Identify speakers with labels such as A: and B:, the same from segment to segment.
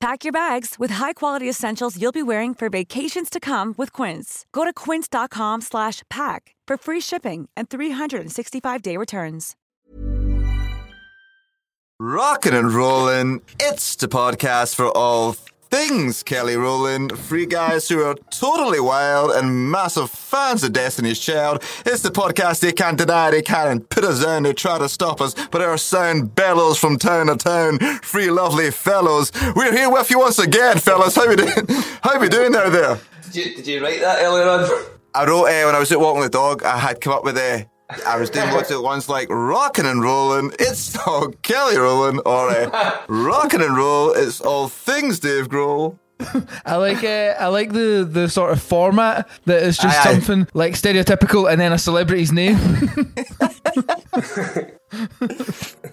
A: Pack your bags with high-quality essentials you'll be wearing for vacations to come with Quince. Go to quince.com slash pack for free shipping and 365-day returns.
B: Rockin' and rollin', it's the podcast for all things Kelly Rowland. Three guys who are totally wild and massive fans of Destiny's Child. It's the podcast they can't deny, they can't put us down, they try to stop us, but our sound bellows from town to town. Three lovely fellows. We're here with you once again, fellas. How we doing? How we doing out there?
C: Did you, did you write that earlier on?
B: I wrote uh, when I was out walking the dog. I had come up with a. Uh, I was doing lots of ones like rockin' and rollin', it's all Kelly Rowland, or uh, rockin' and roll, it's all things Dave Grohl.
D: I like uh, I like the, the sort of format that is just
B: Aye, aye.
D: something like stereotypical and then a celebrity's name.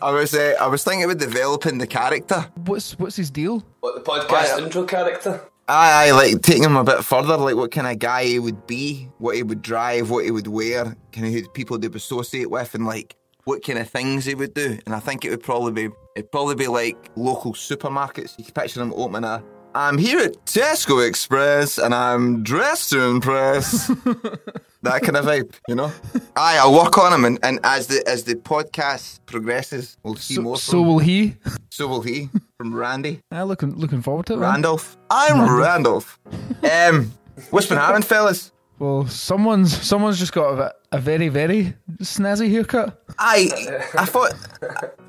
B: I was uh, I was thinking about developing the character.
D: what's what's his deal?
C: What, the podcast intro character?
B: Aye, aye, like taking him a bit further, like what kind of guy he would be, what he would drive, what he would wear, kind of who the people they would associate with, and like what kind of things he would do. And I think it would probably be it'd probably be like local supermarkets. You can picture him opening a. I'm here at Tesco Express, and I'm dressed to impress. that kind of vibe, you know. Aye, I'll work on him, and, and as the as the podcast progresses, we'll see
D: So,
B: more.
D: so
B: from,
D: will he.
B: so will he from Randy.
D: I looking looking forward to it. man.
B: Randolph. I'm Randolph. um, what's been happening, fellas?
D: Well, someone's someone's just got a, a very very snazzy haircut.
B: I I thought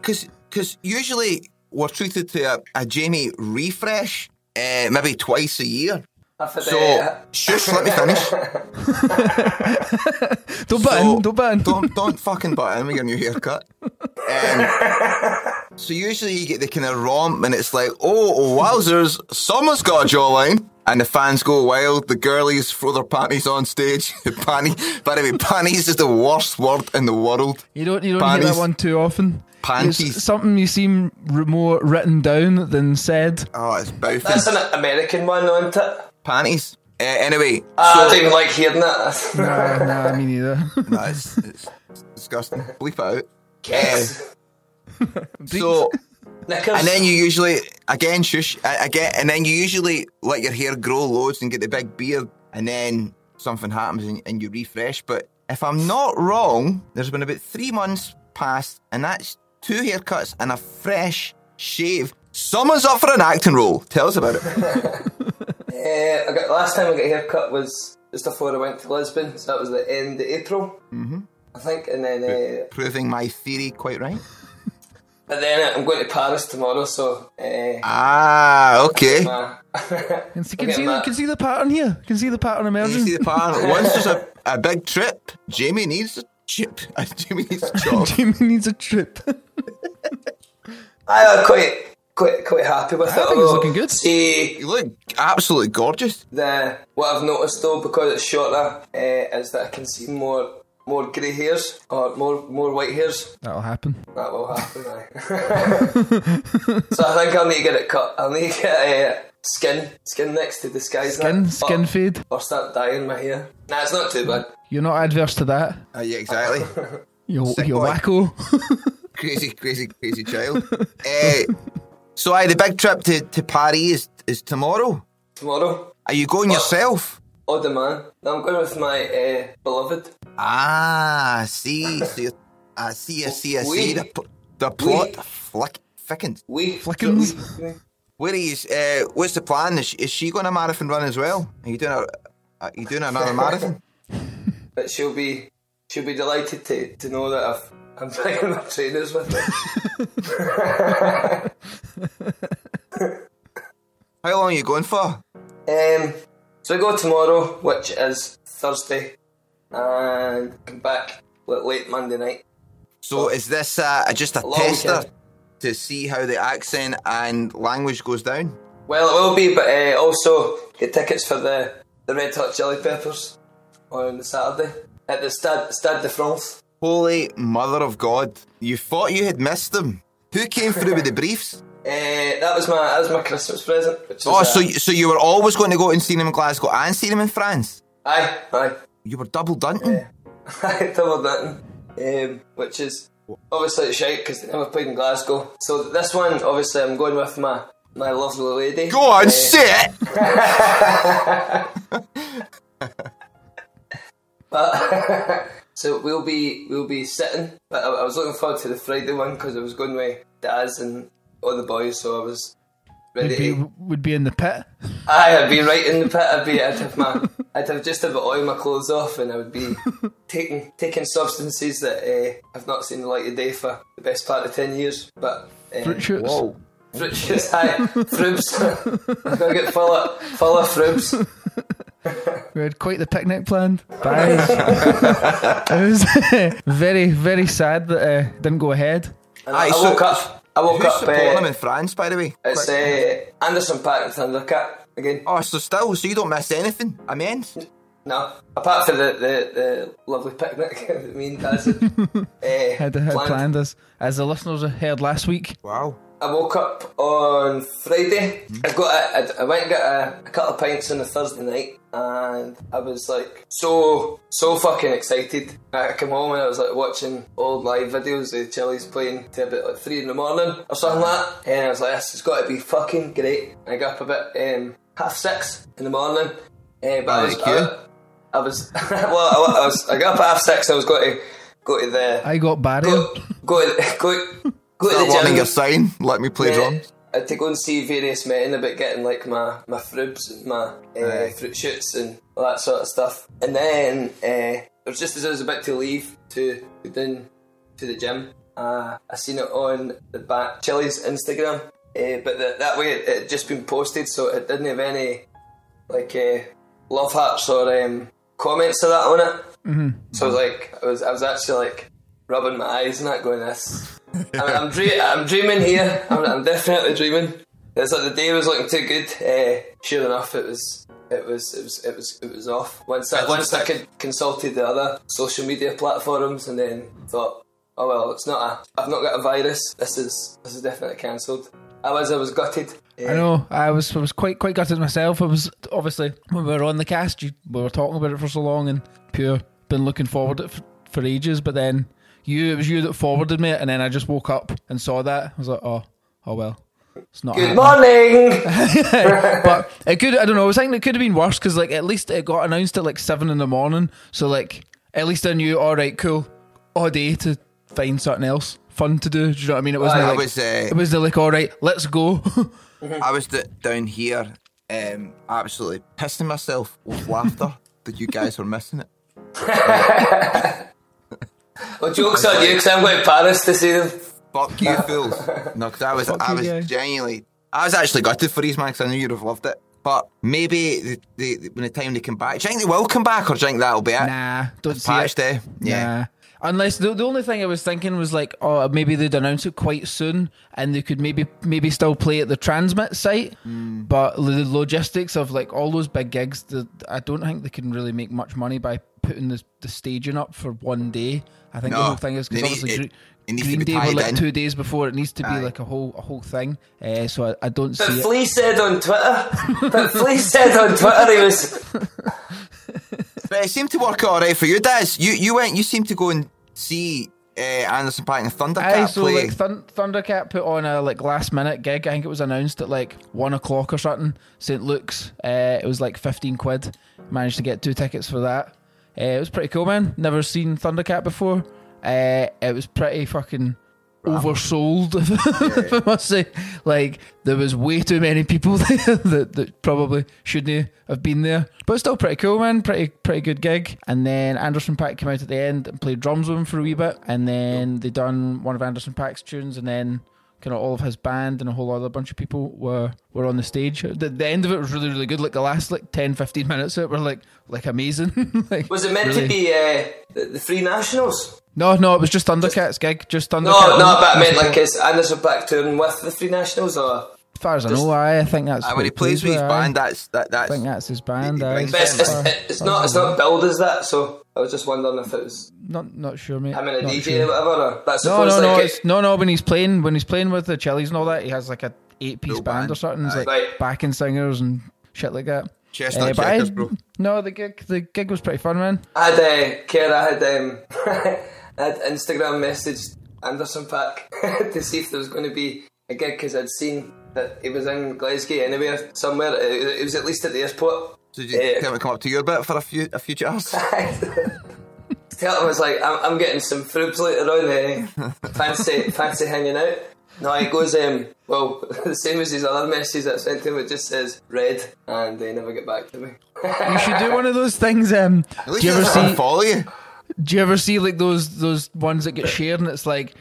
B: because because usually we're treated to a, a Jamie refresh uh, maybe twice a year.
C: I've had,
B: So
C: uh,
B: shush, let me finish.
D: Don't
B: So-
D: butt in, don't butt in.
B: Don't don't fucking butt in with your new haircut. Um, so usually you get the kind of romp, and it's like, oh wowzers, someone's got a jawline. And the fans go wild. The girlies throw their panties on stage. Panty, by the way, panties is the worst word in the world.
D: You don't you don't hear
B: Panties.
D: that one too often.
B: Panties.
D: It's something you seem r- more written down than said.
B: Oh, it's
C: That's
B: both
C: an American one, isn't it?
B: panties. Uh, anyway,
C: Ah, I don't even like hearing that.
D: Uh, nah, me neither.
B: no, it's, it's, it's disgusting. Bleep it out.
C: Kicks.
B: So,
C: Knickers.
B: and then you usually again shush a- again, and then you usually let your hair grow loads and get the big beard, and then something happens and, and you refresh. But if I'm not wrong, there's been about three months past, and that's two haircuts and a fresh shave. Someone's up for an acting role. Tell us about it.
C: Uh, I got, last time I got a haircut was just before I went to Lisbon, so that was the end of April, mm-hmm. I think. And then, uh,
B: Proving my theory quite right.
C: and then uh, I'm going to Paris tomorrow, so uh,
B: Ah, okay.
C: nah.
D: Can see, can,
C: Okay,
D: see the,
C: Matt.
D: can see the pattern here. Can see the pattern
B: You see
D: emerging.
B: the pattern. Once there's a, a big trip, Jamie needs a chip. Jamie needs a job.
D: Jamie needs a trip.
C: I am quite, quite, quite happy with it.
D: think it's
C: although,
D: looking good.
C: See,
B: you look absolutely gorgeous.
C: The what I've noticed though, because it's shorter, uh, is that I can see more more grey hairs or more more white hairs.
D: That'll happen.
C: That will happen. aye. so I think I'll need to get it cut. I'll need to get uh, skin skin next to disguise
D: Skin,
C: that.
D: skin
C: or,
D: fade.
C: or start dyeing my hair. Nah, it's not too bad.
D: You're not adverse to that.
B: Uh, yeah, exactly.
D: You,
B: Sick
D: you
B: boy.
D: wacko.
B: crazy, crazy, crazy child. Eh, so, aye, the big trip to, to Paris is, is tomorrow.
C: Tomorrow,
B: Are you going yourself?
C: oh the man. No, I'm going with my uh, beloved.
B: Ah, I see, so you're- I see, I see, I see. The, pl- the plot flick, thickens.
C: We
D: Flickens.
B: Where are you? Uh, what's the plan? Is she, is she going a marathon run as well? Are you doing a? Are you doing another marathon?
C: But she'll be she'll be delighted to, to know that I've, I'm bringing my trainers with me.
B: How long are you going for?
C: um, so I go tomorrow, which is Thursday, and come back like, late Monday night.
B: So is this uh, just a
C: Long
B: tester
C: weekend.
B: to see how the accent and language goes down?
C: Well, it will be, but uh, also get tickets for the, the Red Hot Chili Peppers on the Saturday at the Stade, Stade de France.
B: Holy mother of God! You thought you had missed them. Who came through with the briefs?
C: Uh, that was my that was my Christmas present. Which is,
B: Oh,
C: uh,
B: so you- so you were always going to go and see them in Glasgow and see them in France.
C: aye, aye.
B: You were double dunting.
C: I double that, um, which is obviously shite because they never played in Glasgow. So this one, obviously, I'm going with my my lovely lady.
B: Go on,
C: Uh,
B: say it.
C: but- so we'll be we'll be sitting. But I, I was looking forward to the Friday one because I was going with Daz and all the boys, so I was ready.
D: would, be,
C: to,
D: would be in the pit.
C: aye, I'd be right in the pit. I'd be I'd have my I'd have just about oiled my clothes off, and I would be taking taking substances that uh, I've not seen the light of day for the best part of ten years. But uh,
D: Fruit shoots.
C: Fruits, aye. Frubs. I'm gonna get full of, full of frubs.
D: We had quite the picnic planned. Guys, it was very, very sad that uh, didn't go ahead.
C: And
B: Aye,
C: I, I
B: so-
C: woke up. I woke
B: Who's
C: up.
B: supporting them
C: Uh,
B: in France, by the way?
C: it's uh, Anderson Pack and Thundercat again.
B: Oh, so still, so you don't miss anything. Amends.
C: No, apart from the, the, the lovely picnic that me and Daz had, uh,
D: Had, had planned. as as the listeners heard last week.
B: Wow.
C: I woke up on Friday.
B: Hmm.
C: I got a, I, I went and got a, a couple of pints on a Thursday night, and I was like so so fucking excited. I come home and I was like watching old live videos of Chili's playing till about like three in the morning or something like that, and I was like, this has got to be fucking great. I got up about um, half six in the morning, uh, but I was.
B: Like you?
C: I, I was well. I, I was. I got up at half six. I was going to go to the
D: I got barrier.
C: go go to, go, go to
B: That
C: the
B: warning
C: gym.
B: your sign. Let me play
C: Yeah,
B: drums.
C: I had to go and see various men about getting like my my frubs and my uh, fruit shoots and all that sort of stuff. And then uh, it was just as I was about to leave to go down to the gym, uh, I seen it on the back Chili's Instagram. Uh, but that that way it, it had just been posted, so it didn't have any like uh, love hearts or um, comments or that on it. So I
D: Mm-hmm.
C: was like, I was, I was actually like rubbing my eyes and that, going, "This, I'm, I'm, dre- I'm dreaming here. I'm, I'm definitely dreaming." It's like the day was looking too good. Uh, sure enough, it was, it was, it was, it was, it was off. Once I, once I con- consulted the other social media platforms, and then thought, "Oh well, it's not. A, I've not got a virus. This is, this is definitely cancelled." I was, I was gutted. Eh,
D: I know. I was I was quite quite gutted myself. I was obviously when we were on the cast, you, we were talking about it for so long, and pure been looking forward to it for, for ages. But then you, it was you that forwarded me, it, and then I just woke up and saw that. I was like, oh, oh well, it's not.
C: Good
D: happening.
C: morning.
D: but it could. I don't know. I was thinking it could have been worse because like at least it got announced at like seven in the morning. So like at least I knew. All right, cool. All day to find something else fun to do. Do you know what I mean? It wasn't.
B: I
D: like,
B: was, uh,
D: It was the like. All right, let's go.
B: I was d- down here, um, absolutely pissing myself with laughter that you guys were missing it.
C: well, jokes on you, 'cause I'm going to Paris to see them.
B: Fuck you, fools. No, because I was, I
D: you
B: was
D: guys.
B: genuinely, I was actually gutted for these man because I knew you'd have loved it. But maybe the, the, the, when the time they come back, do you think they will come back, or do you think that'll be it?
D: nah, don't see
B: Patch
D: it.
B: day, yeah.
D: Nah. Unless the, the only thing I was thinking was like, oh, maybe they'd announce it quite soon, and they could maybe maybe still play at the transmit site.
B: Mm.
D: But the logistics of like all those big gigs, the, I don't think they can really make much money by putting the, the staging up for one day. I think
B: No.
D: the whole thing is
B: They
D: because
B: need-
D: obviously
B: it-
D: Gre-
B: it needs to
D: Green
B: be
D: Day were
B: tied
D: like
B: in.
D: two days before. It needs to be like a whole a whole thing. Uh, so I, I don't
C: But
D: see it.
C: Flea said on Twitter. But Flea said on Twitter he was.
B: But it seemed to work out all right for you, Daz. You you went, you seemed to go and see uh, Anderson Paak and Thundercat
D: Aye, so
B: play.
D: like Thun- Thundercat put on a like last minute gig. I think it was announced at like one o'clock or something. St Luke's. Uh, it was like fifteen quid. Managed to get two tickets for that. Uh, it was pretty cool, man. Never seen Thundercat before. Uh, it was pretty fucking oversold, if I must say. Like there was way too many people there that, that probably shouldn't have been there. But still pretty cool, man. Pretty pretty good gig. And then Anderson Pack came out at the end and played drums with him for a wee bit. And then they done one of Anderson Pack's tunes and then kind of all of his band and a whole other bunch of people were were on the stage. The, the end of it was really, really good. Like the last like 10, 15 minutes of it were like like amazing. like
C: Was it meant to
D: really-
C: be uh, the, the Free Nationals?
D: No, no, it was just Thundercat's gig. Just Thundercat.
C: No, no, but I meant like is Anderson Paak touring with the Free Nationals or
D: As far as I know, aye, I think that's.
C: Ah,
B: Aye,
D: what
B: when he plays with his
D: aye.
B: band, that's that
D: I think
B: that's
D: that's his band.
B: He
D: aye.
B: brings
C: But it's, it's,
D: Far-
C: it's not it's not billed as that, so I was just wondering if it was
D: Not not sure, mate.
C: him and a
D: Not
C: DJ
D: sure.
C: or whatever. Or that's
D: No, no,
C: like
D: no,
C: it-
D: it's, no, no. When he's playing, when he's playing with the cellies and all that, he has like a eight-piece
B: Full
D: band,
B: band,
D: or something. It's
B: aye.
D: like
C: Right.
D: backing singers and shit like that. Uh,
B: Chestnut
D: but I-
B: checkers, bro.
D: No, the gig, the gig was pretty fun, man.
C: I had uh, Kara had um, I had Instagram messaged Anderson Pack to see if there was going to be a gig because I'd seen that he was in Glasgow anywhere somewhere. It, it was at least at the airport.
B: So did you
C: Eh,
B: tell him to come up to your bit for a few a few jars?
C: Tell him I was like, I'm, I'm getting some fruits later on. Eh? Fancy, fancy hanging out. No, he goes, um, well, the same as his other message that I sent him. It just says red, and they never get back to me.
D: You should do one of those things. Um,
B: At least
D: do you
B: he
D: ever
B: doesn't
D: see?
B: follow you.
D: Do you ever see like those those ones that get shared and it's like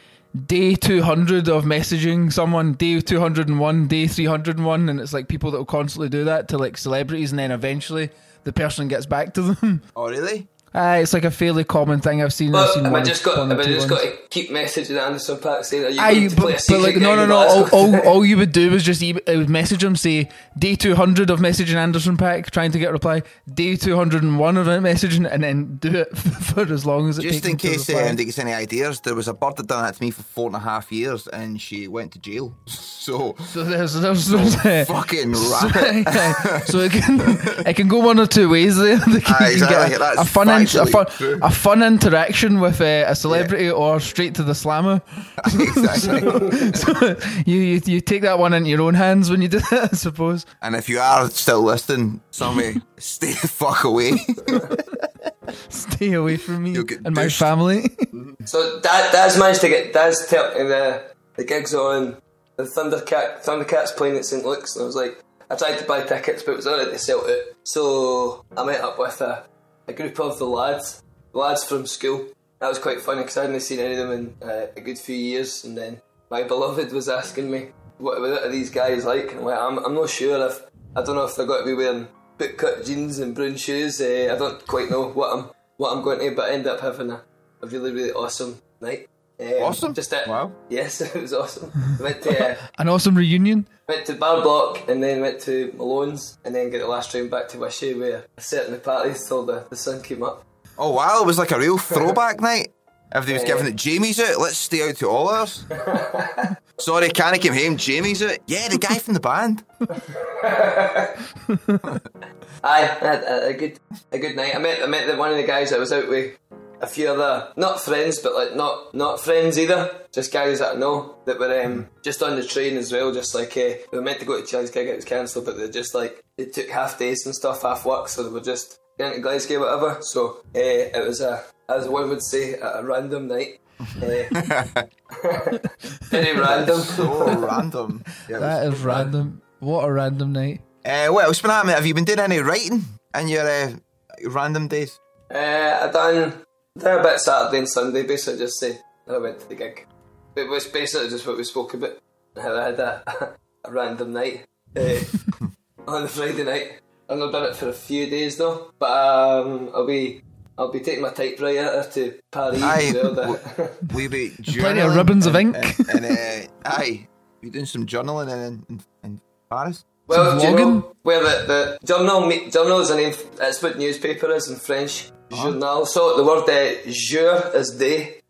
D: day two hundred of messaging someone, day two hundred and one, day three hundred and one, and it's like people that will constantly do that to like celebrities, and then eventually the person gets back to them.
B: Oh really?
D: Uh, it's like a fairly common thing I've seen. I've
C: But
D: seen
C: have I
D: one-
C: just got,
D: one or
C: have I
D: two
C: just got
D: ones.
C: to keep messaging Anderson Pack saying, "Are you
D: Aye,
C: going to play a
D: but, but
C: secret
D: like
C: gig
D: no oh, no
C: in
D: no all,
C: Glasgow?"
D: all, all you would do is just e- uh, message him say day 200 of messaging Anderson Pack trying to get a reply day 201 of messaging and then do it for as long as it
B: Just
D: takes
B: in
D: him to
B: case uh,
D: reply.
B: anybody gets any ideas, there was a bird that done that to me for four and a half years, and she went to jail. So
D: So there's, there's, there's uh,
B: Oh, fucking
D: so,
B: rabbit.
D: so it can it can go one or two ways there. They can-
B: Aye,
D: you can
B: exactly.
D: get a,
B: That's
D: a fun in, a
B: factually
D: fun
B: true.
D: a fun interaction with uh, a celebrity or straight to the slammer.
B: exactly.
D: so you, you you take that one into your own hands when you do that, I suppose.
B: And if you are still listening, Sammy, stay the fuck away.
D: Stay away from me
B: You'll get
D: and my
B: dished.
D: family. oh.
C: So Dad, Dad's managed to get Dad's tell me the the gigs on the Thundercat Thundercats playing at St Luke's, and I was like, I tried to buy tickets, but it was already sold out. So I met up with a, a group of the lads, the lads from school. That was quite funny because I hadn't seen any of them in uh, a good few years, and then my beloved was asking me, "What, what are these guys like?" And I'm like, I'm, I'm not sure if I don't know if they're going to be wearing boot cut jeans and brown shoes. Uh, I don't quite know what I'm what I'm going to, but I ended up having a a really, really awesome night. Um,
B: Awesome?
C: Just it.
B: Wow.
C: Yes, it was awesome. went to uh,
D: An awesome reunion.
C: went to Bar Block and then went to Malone's and then got the last train back to Wishy where I sat in the party till the, the sun came up.
B: oh wow, it was like a real throwback night. Everybody was giving it Jamie's out, let's stay out to all hours. Sorry, can't I came home, Jamie's out. Yeah, the guy from the band.
C: Aye, I had a, a good a good night. I met I met the, one of the guys I was out with. A few other not friends, but like not not friends either. Just guys that I know that were um, just on the train as well. Just like uh, we were meant to go to Challenge Gig, it was cancelled, but they're just like they took half days and stuff, half work, so they were just going to Glasgow, whatever. So uh, it was a as one would say a, a random night. Uh, very random.
B: So random. Yeah, it was-
D: That is random. What a random night.
B: Uh, what else been happening? Have you been doing any writing in your uh, random days?
C: Uh, I done done a bit Saturday and Sunday, basically just say I went to the gig. It was basically just what we spoke about. How I had a, a random night uh, on the Friday night. I've not done it for a few days though, but um, I'll be I'll be taking my typewriter to Paris.
B: Aye,
C: as well,
B: w-
C: the-
B: We be
D: plenty of ribbons of
B: and-
D: ink.
B: And, and, uh, aye, you doing some journaling in, in, in Paris?
C: well, do you know
D: vlogging?
C: where the, the journal me- journal is a name. f- It's what newspaper is in French.
D: Uh-huh.
C: Journal. So the word uh, jour is day.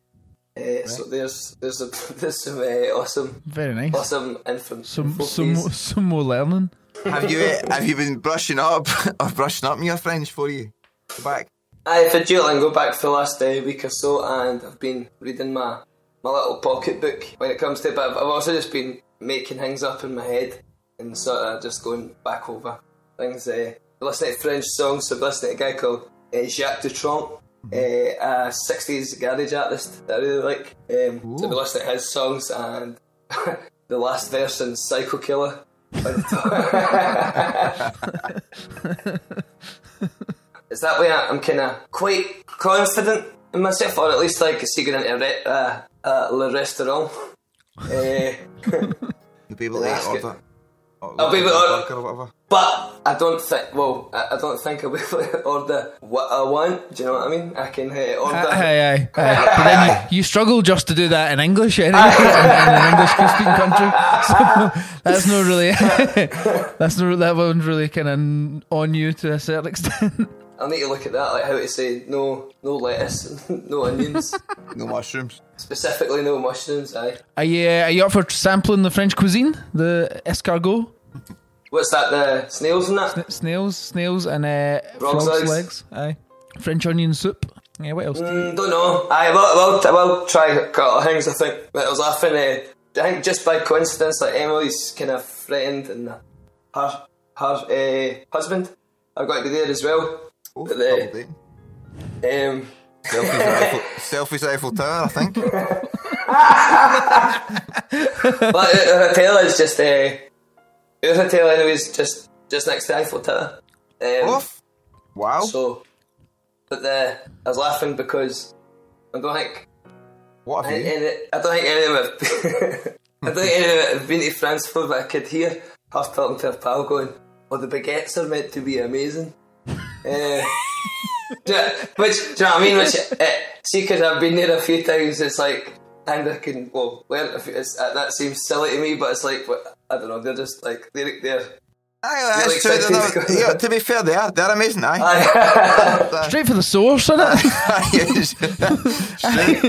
C: Uh, So there's there's a, there's some uh, awesome
D: Very nice.
C: Awesome infant.
D: Some some more, some more learning.
B: Have you uh, have you been brushing up or brushing up in your French for you? Go back.
C: I for Duolingo back for the last uh, week or so, and I've been reading my my little pocket book when it comes to it. But I've, I've also just been making things up in my head and sort of just going back over things. Uh, listening to French songs, so I'm listening to a guy called uh, Jacques Dutronc. Uh, a 60s garage artist that I really like. Um, so I've been listening to his songs and the last verse in Psycho Killer. Is that way I- I'm kind of quite confident in myself, or at least like secret into a re- uh, uh, le restaurant. uh,
B: You'll be able to
C: Ask it.
B: order. or-
C: I'll be able to order-
B: or whatever.
C: but I don't think. Well, I, I don't think I'll be able to order what I want. Do you know what I mean? I can uh, order.
D: Aye, aye, aye. But then you, you struggle just to do that in English anyway, in, in an English speaking country. So that's not really, that's not that one's really kind of on you to a certain extent.
C: I need to look at that, like how to say no, no lettuce, no onions,
B: No mushrooms.
C: specifically no mushrooms. Aye.
D: Are you, uh, are you up for sampling the French cuisine, the escargot,
C: What's that? The snails and that.
D: snails, snails, and uh,
C: Frog's
D: frogs'
C: legs.
D: legs. Aye, French onion soup. Yeah, what else?
C: Mm, don't know. I will, I will, I will try a couple of things. I think that I was laughing. Uh, I think just by coincidence, like Emily's kind of friend and her her uh, husband are going to be there as well.
B: Oh,
C: But, uh,
B: double date.
C: Um,
B: Selfies at Eiffel, selfies at Eiffel Tower, I think.
C: but her hotel is just uh, her hotel, anyways, just just next to Eiffel Tower. Um,
B: Off. Wow.
C: So, but the, I was laughing because I don't think
B: what have
C: any,
B: you?
C: any- I don't think any of it. I don't think any of it have been to France before, but I could hear her talking to her pal going, "Oh, the baguettes are meant to be amazing." uh, do you know- which do you know what I mean? Which uh, see, because I've been there a few times, it's like, and I can well, learn a few, it's, uh, that seems silly to me, but it's like, but, I don't know, they're just like they're they're.
B: Aye,
C: Really
B: that's true. they're
C: excited
B: not-
C: to go.
B: yeah, to be fair, they are. They're amazing. eh? Aye.
D: Straight for the source, isn't it?
B: Yes. Straight.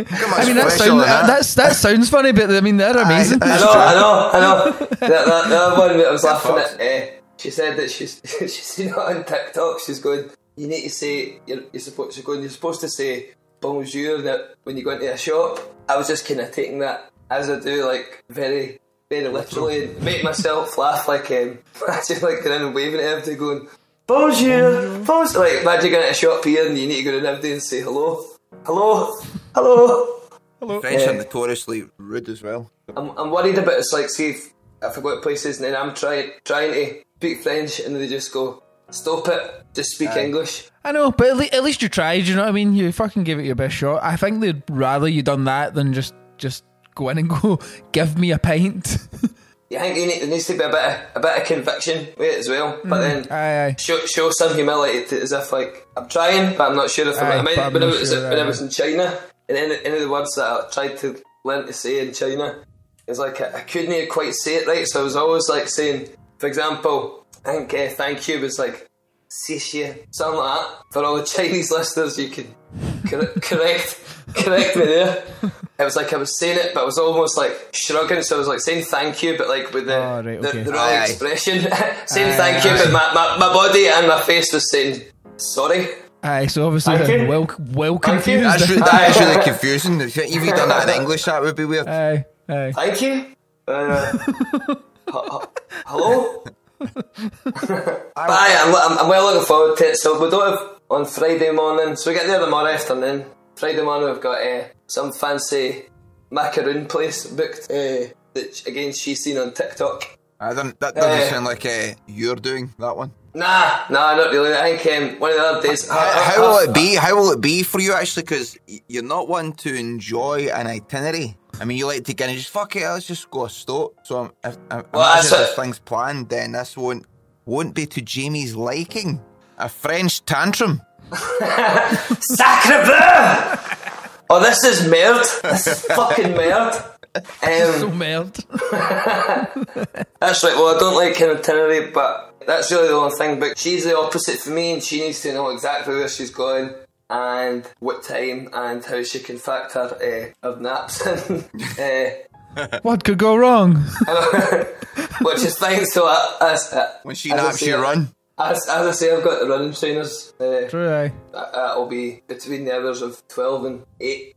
B: Come on,
D: I mean, that,
B: special
D: sound,
B: and that.
D: that. That's, that sounds funny, but I mean, they're
B: Aye,
D: amazing.
B: that's
C: I know,
B: true.
C: I know, I know. That, that, the other one that I was laughing at, uh, she said that she's she's seen it on TikTok. She's going, you need to say you're, you're supposed. She's going, you're supposed to say bonjour now when you go into a shop. I was just kind of taking that as I do, like very, very literally, and make myself laugh. Like um, imagine like going in and waving at everybody, going bonjour, bonjour. Like imagine going into a shop here and you need to go to everybody and say hello, hello, hello.
B: French are notoriously rude as well.
C: I'm, I'm worried about it's like see if, if I go to places and then I'm trying trying to speak French and they just go stop it, just speak English.
D: I know, but at, le- at least you tried. You know what I mean? You fucking gave it your best shot. I think they'd rather you done that than just just go in and go give me a pint.
C: You think you need, there needs to be a bit of, a bit of conviction with it as well, but then
D: Mm. aye, aye.
C: show show some humility to, as if like I'm trying, but I'm not sure if
D: Aye,
C: I'm. I mean,
D: but I'm
C: when, I
D: not
C: was,
D: sure,
C: when I
D: aye.
C: was in China, and any, any of the words that I tried to learn to say in China is like I, I couldn't quite say it right, so I was always like saying, for example, I think uh, thank you was like "谢谢," something like that. For all the Chinese listeners, you can cor- correct correct me there. It was like I was saying it, but I was almost like shrugging, so I was like saying thank you, but like with the
D: Oh, right,
C: the,
D: okay.
C: the
B: Aye,
C: wrong
B: aye.
C: expression, saying thank you, but my, my, my body and my face was saying sorry.
D: Aye, so obviously
C: Thank
D: they're
C: you.
D: well well
C: Thank you.
D: confused.
B: That's really, that is really confusing. If you even done that in English, that would be weird.
C: Uh,
D: aye, aye.
C: Thank you. Uh, h- h- hello. But aye, I'm, I'm, I'm well looking forward to it. So we don't have on Friday morning. So we get there tomorrow afternoon. Friday morning we've got uh, some fancy macaroon place booked. Uh, that again she's seen on TikTok.
B: I don't, that doesn't
C: Eh.
B: sound like uh, you're doing that one.
C: Nah, nah, not really. I think um, one of the other days.
B: How, how will
C: uh,
B: it be? How will it be for you actually? Because you're not one to enjoy an itinerary. I mean, you like to kind of just fuck it. Let's just go a stop. So um, if, I
C: Well,
B: imagine
C: that's
B: if
C: it.
B: things planned, then this won't won't be to Jamie's liking. A French tantrum.
C: Sacre bleu! Oh, this is merd. This is fucking merd.
D: So
C: Um,
D: mad.
C: That's right. Well, I don't like an itinerary, but that's really the only thing. But she's the opposite for me, and she needs to know exactly where she's going and what time and how she can factor uh, her naps in, uh,
D: What could go wrong?
C: which is fine. So I, I, I,
B: When she
C: I
B: naps,
C: see
B: you
C: it.
B: run.
C: As, as I say, I've got the running trainers. Uh,
D: True, aye.
C: that- that'll be between the hours of 12 and 8.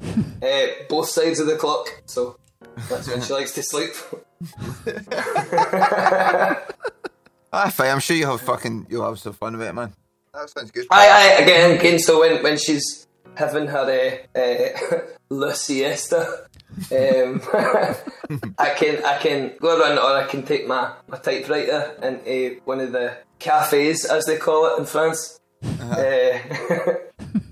C: uh, both sides of the clock, so that's when she likes to sleep.
B: Ah, fine. I'm sure you have fucking. You'll have some fun with it, man. That sounds good.
C: Aye, aye, again, again. So when, when she's having her uh, uh, la siesta, um, I can I can go around or I can take my, my typewriter into one of the cafes as they call it in France, uh,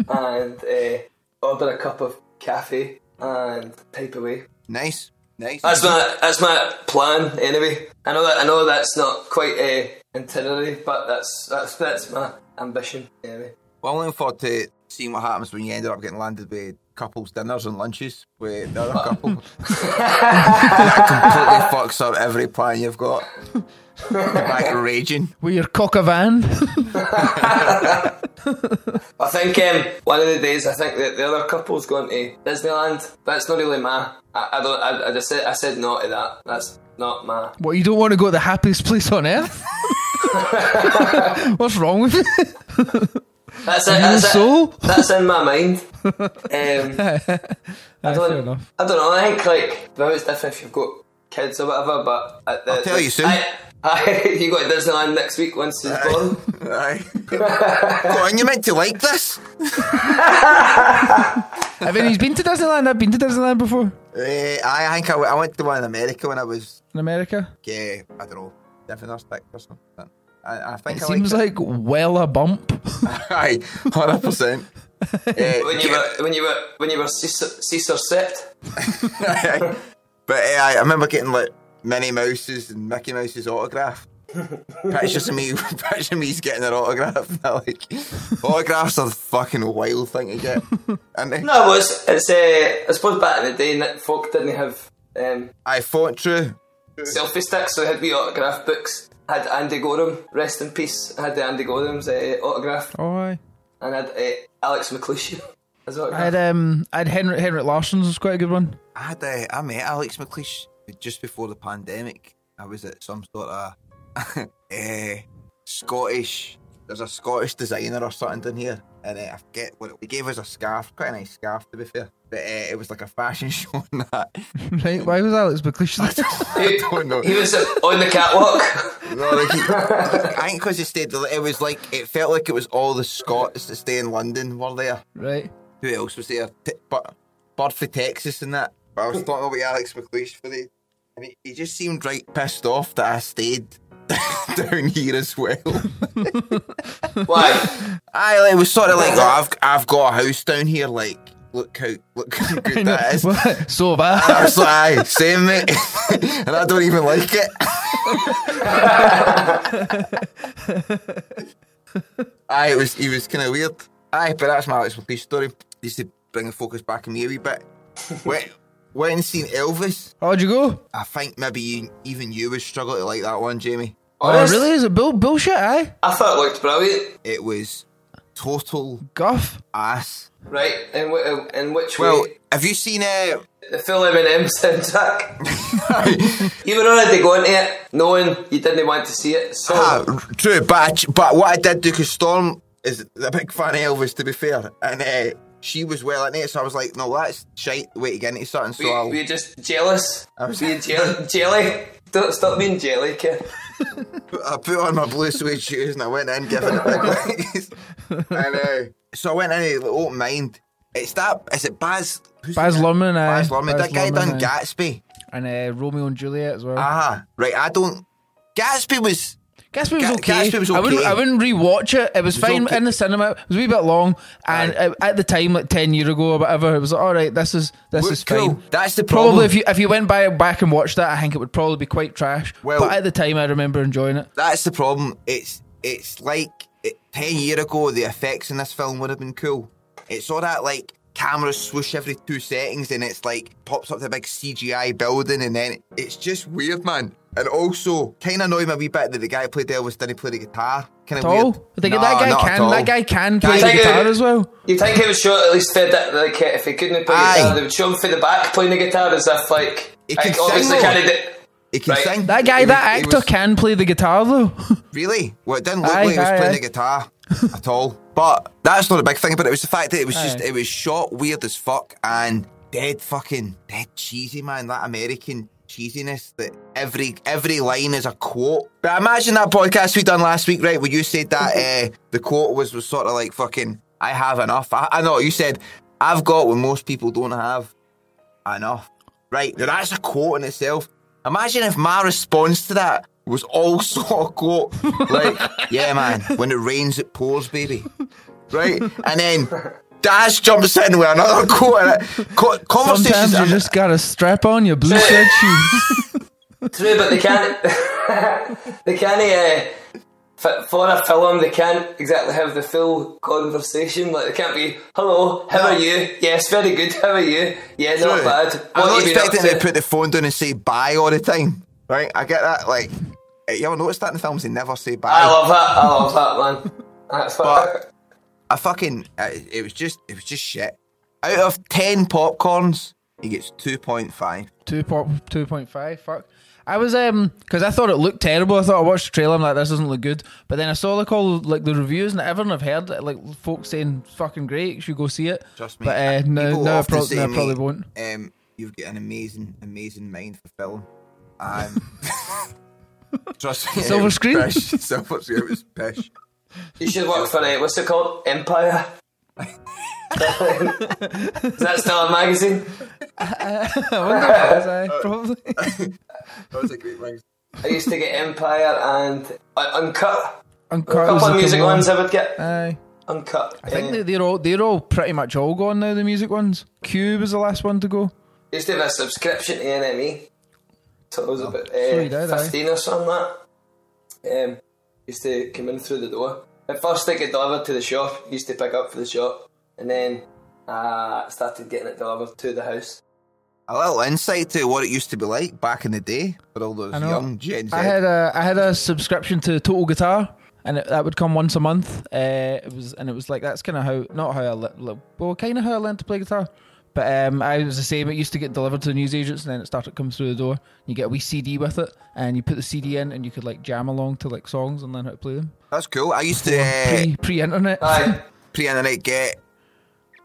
C: and uh, order a cup of cafe and type away.
B: Nice, nice.
C: That's my that's my plan anyway. I know that I know that's not quite uh, itinerary, but that's that's that's my ambition anyway.
B: Well, I'm looking forward to seeing what happens when you end up getting landed with couples dinners and lunches with the other couple. that completely fucks up every plan you've got. You're back raging.
D: With your cock a van.
C: I think um, one of the days, I think that the other couple's going to Disneyland. That's not really my. I, I don't. I, I just said I said no to that. That's not my.
D: what, you don't want to go to the happiest place on earth? What's wrong with you?
C: That's it. That's,
D: so?
C: it, that's in my mind. Um, I don't.
D: fair enough.
C: I don't know. I think like well, it's different if you've got kids or whatever. But I,
B: I'll tell you soon.
C: I, I, you go to Disneyland next week once he's born.
B: Aye. Go on, you meant to like this?
D: I mean, he's been to Disneyland. I've been to Disneyland before
B: Uh, I, I think I, w- I went to one in America when I was,
D: in America.
B: yeah, I don't know, different or stick or something. I, I think
D: It
B: I
D: seems
B: liked
D: like well a bump.
B: it. Aye, 100%. Eh,
C: When you were when you were when you were Caesar, Caesar set.
B: But eh, I, I remember getting like Minnie Mouse's and Mickey Mouse's autograph. Pictures of me, picture me's getting their autograph. and I, like autographs are the fucking wild thing to get. And eh, they,
C: No, it was. It's. Uh, I suppose back in the day, Nick folk didn't have. Um,
B: I thought true.
C: selfie sticks, so I had wee autograph books. I had Andy Gorham, rest in peace. I had the Andy Gorham's uh, autograph,
D: Oh, aye.
C: and I had uh, Alex McLeish as
D: I
C: autograph.
D: had um, I had Henrik Henrik Larson's was quite a good one.
B: I had uh, I met Alex McLeish just before the pandemic. I was at some sort of eh, Scottish. There's a Scottish designer or something in here, and uh, I forget what it, he gave us a scarf. Quite a nice scarf, to be fair. But uh, it was like a fashion show and that.
D: Right? Why was Alex McLeish? there?
B: I don't know.
C: he was uh, on the catwalk.
B: No, like he- I think because he stayed, it was like it felt like it was all the Scots that stay in London were there.
D: right.
B: Who else was there? T- but Bird for Texas and that. But I was talking about Alex McLeish for the, and he, he just seemed right pissed off that I stayed down here as well.
C: Why?
B: I like, was sort of like, oh, I've I've got a house down here. Like, look how look how good that is.
D: What? so have I.
B: I was like, aye, same mate, and I don't even like it. aye, it was he was kind of weird. Aye, but that's my Alex McLeish story. Just to bring the focus back on me a wee bit. When went and seen Elvis.
D: How'd you go?
B: I think maybe you, even you was struggling to like that one, Jamie.
D: Oh, really? Is it bull- bullshit? Aye.
C: I thought it looked brilliant.
B: It was total
D: Guff.
B: ass.
C: Right, and w- uh, in which
B: Well,
C: way?
B: have you seen uh,
C: The full Eminem soundtrack. you were already going to it, knowing you didn't want to see it. So
B: Ah, r- true, but I ch- but what I did do because Storm is a big fan of Elvis, to be fair, and uh, she was well into it, so I was like, no, that's shite the way to get into something. So
C: we,
B: I'll,
C: we're just jealous.
B: I was-
C: being jel- jelly. Don't stop being jelly, kid.
B: I put on my blue suede shoes and I went in giving it big legs. and uh, so I went in with an open mind. It's that is it Baz who's the
D: Baz
B: guy?
D: Luhrmann. Aye.
B: Baz Luhrmann. That guy
D: Luhrmann, eh.
B: done
D: aye.
B: Gatsby.
D: And uh, Romeo and Juliet as well.
B: Ah, right. I don't. Gatsby was
D: Gatsby was
B: Ga-
D: okay.
B: Gatsby was
D: I wouldn't.
B: okay.
D: I wouldn't rewatch it. It was,
B: was
D: fine
B: okay.
D: in the cinema. It was a wee bit long, and uh, at the time, like ten year ago or whatever, it was like, all right. This is this
B: Well,
D: is
B: cool.
D: fine.
B: That's the problem.
D: Probably if you if you went by, back and watched that, I think it would probably be quite trash.
B: Well-
D: but at the time, I remember enjoying it.
B: that's the problem. It's it's like it, ten year ago, the effects in this film would have been cool. It's all that like cameras swoosh every two seconds, and it's like pops up the big CGI building, and then it's just weird, man. And also, kind of annoyed me a wee bit that the guy who played Elvis didn't play the guitar. Kind
D: At
B: of weird.
D: all? They-
B: No,
D: that guy
B: not at
D: can.
B: all.
D: That guy can play
C: Guy-
D: the guitar as well.
C: You think he was sure at least fed that like uh, if he couldn't play
B: Aye.
C: guitar, they would show him for the back playing the guitar as if like
B: He
C: like,
B: can sing
C: obviously
B: though.
C: can't do-
B: He can
C: Right.
B: sing.
D: That guy,
B: He
D: that
B: was- he
D: actor,
B: was-
D: can play the guitar though.
B: Really? Well, it didn't look
D: Aye,
B: like he was
D: aye,
B: playing
D: aye.
B: the guitar at all. But that's not a big thing. But it was the fact that it was just
D: Aye.
B: it was shot weird as fuck and dead fucking dead cheesy man. That American cheesiness that every every line is a quote. But imagine that podcast we done last week, right? Where you said that uh, the quote was was sort of like fucking I have enough. I, I know you said I've got what most people don't have enough. Right, now that's a quote in itself. Imagine if my response to that was also a quote. Like, yeah, man, when it rains, it pours, baby. Right? And then Daz jumps in with another quote. in it. Co-
D: Sometimes
B: conversations
D: you
B: are
D: just gotta strap on your blue shed shoes.
C: True, but they can't. they can't. Uh, fi- for a film, they can't exactly have the full conversation. Like they can't be, "Hello, how are you? Yes, very good. How are you? Yeah, not bad.
B: I'm
C: What
B: not
C: have you been up
B: expecting to
C: to?"
B: put the phone down and say bye all the time. Right? I get that. Like, you ever notice that in films? They never say bye.
C: I love that. I love that, man. That's what.
B: But- I fucking uh, it was just it was just shit. Out of ten popcorns, he gets two point five.
D: Two pop, two point five. Fuck. I was um because I thought it looked terrible. I thought I watched the trailer. I'm like, this doesn't look good. But then I saw like all like the reviews and everyone I've heard like folks saying fucking great. You should go see it.
B: Trust me.
D: But uh, no,
B: People
D: no, I
B: often
D: prob-
B: say,
D: no, I
B: mate,
D: probably won't.
B: Um, you've got an amazing, amazing mind for film. Um, trust me, it
D: Silver
B: was
D: screen?
B: pish. Silver screen it was pish.
C: You should work for it. What's it called? Empire. Is that still a magazine?
D: I wonder if it was, aye,
C: Uh,
D: probably.
B: That was a great magazine.
C: I used to get Empire and uh, Uncut.
D: And
C: A
D: Carter's
C: couple
D: the
C: of music
D: one.
C: ones I would get.
D: Aye.
C: Uncut.
D: I think
C: eh.
D: they, they're all they're all pretty much all gone now. The music ones. Q was the last one to go.
C: used to have a subscription to NME. So it was about uh,
D: sorry, Oh, did I?
C: 15 or something like that. Um, used to come in through the door. At first, they get delivered to the shop, used to pick up for the shop, and then uh, started getting it delivered to the house.
B: A little insight to what it used to be like back in the day for all those
D: I know.
B: young Gen Z.
D: I had a I had a subscription to Total Guitar, and it, that would come once a month. Uh, it was and it was like that's kind of how not how I le- le- well kind of how I learned to play guitar. But um, I was the same. It used to get delivered to the newsagents, and then it started coming through the door. You get a wee CD with it, and you put the CD in, and you could like jam along to like songs and learn how to play them.
B: That's cool. I used to uh,
D: Pre pre internet.
C: Aye.
B: pre-internet get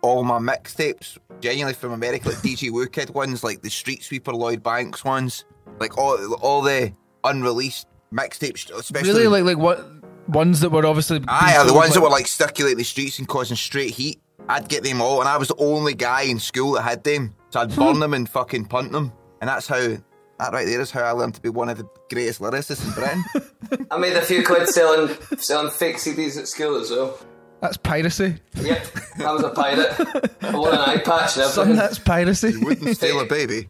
B: all my mixtapes genuinely from America, like DJ Woo Kid ones, like the Street Sweeper Lloyd Banks ones, like all all the unreleased mixtapes, especially
D: Really like like what ones that were obviously being
B: Aye, are the
D: sold,
B: ones that were like circulating the streets and causing straight heat. I'd get them all, and I was the only guy in school that had them. So I'd burn them and fucking punt them, and that's how that right there is how I learned to be one of the greatest lyricists in Britain.
C: I made a few quid selling selling fake CDs at school as well.
D: that's piracy.
C: Yep, I was a pirate. I wore an eye patch
D: Son,
C: and everything.
D: that's piracy.
B: Wouldn't steal a baby.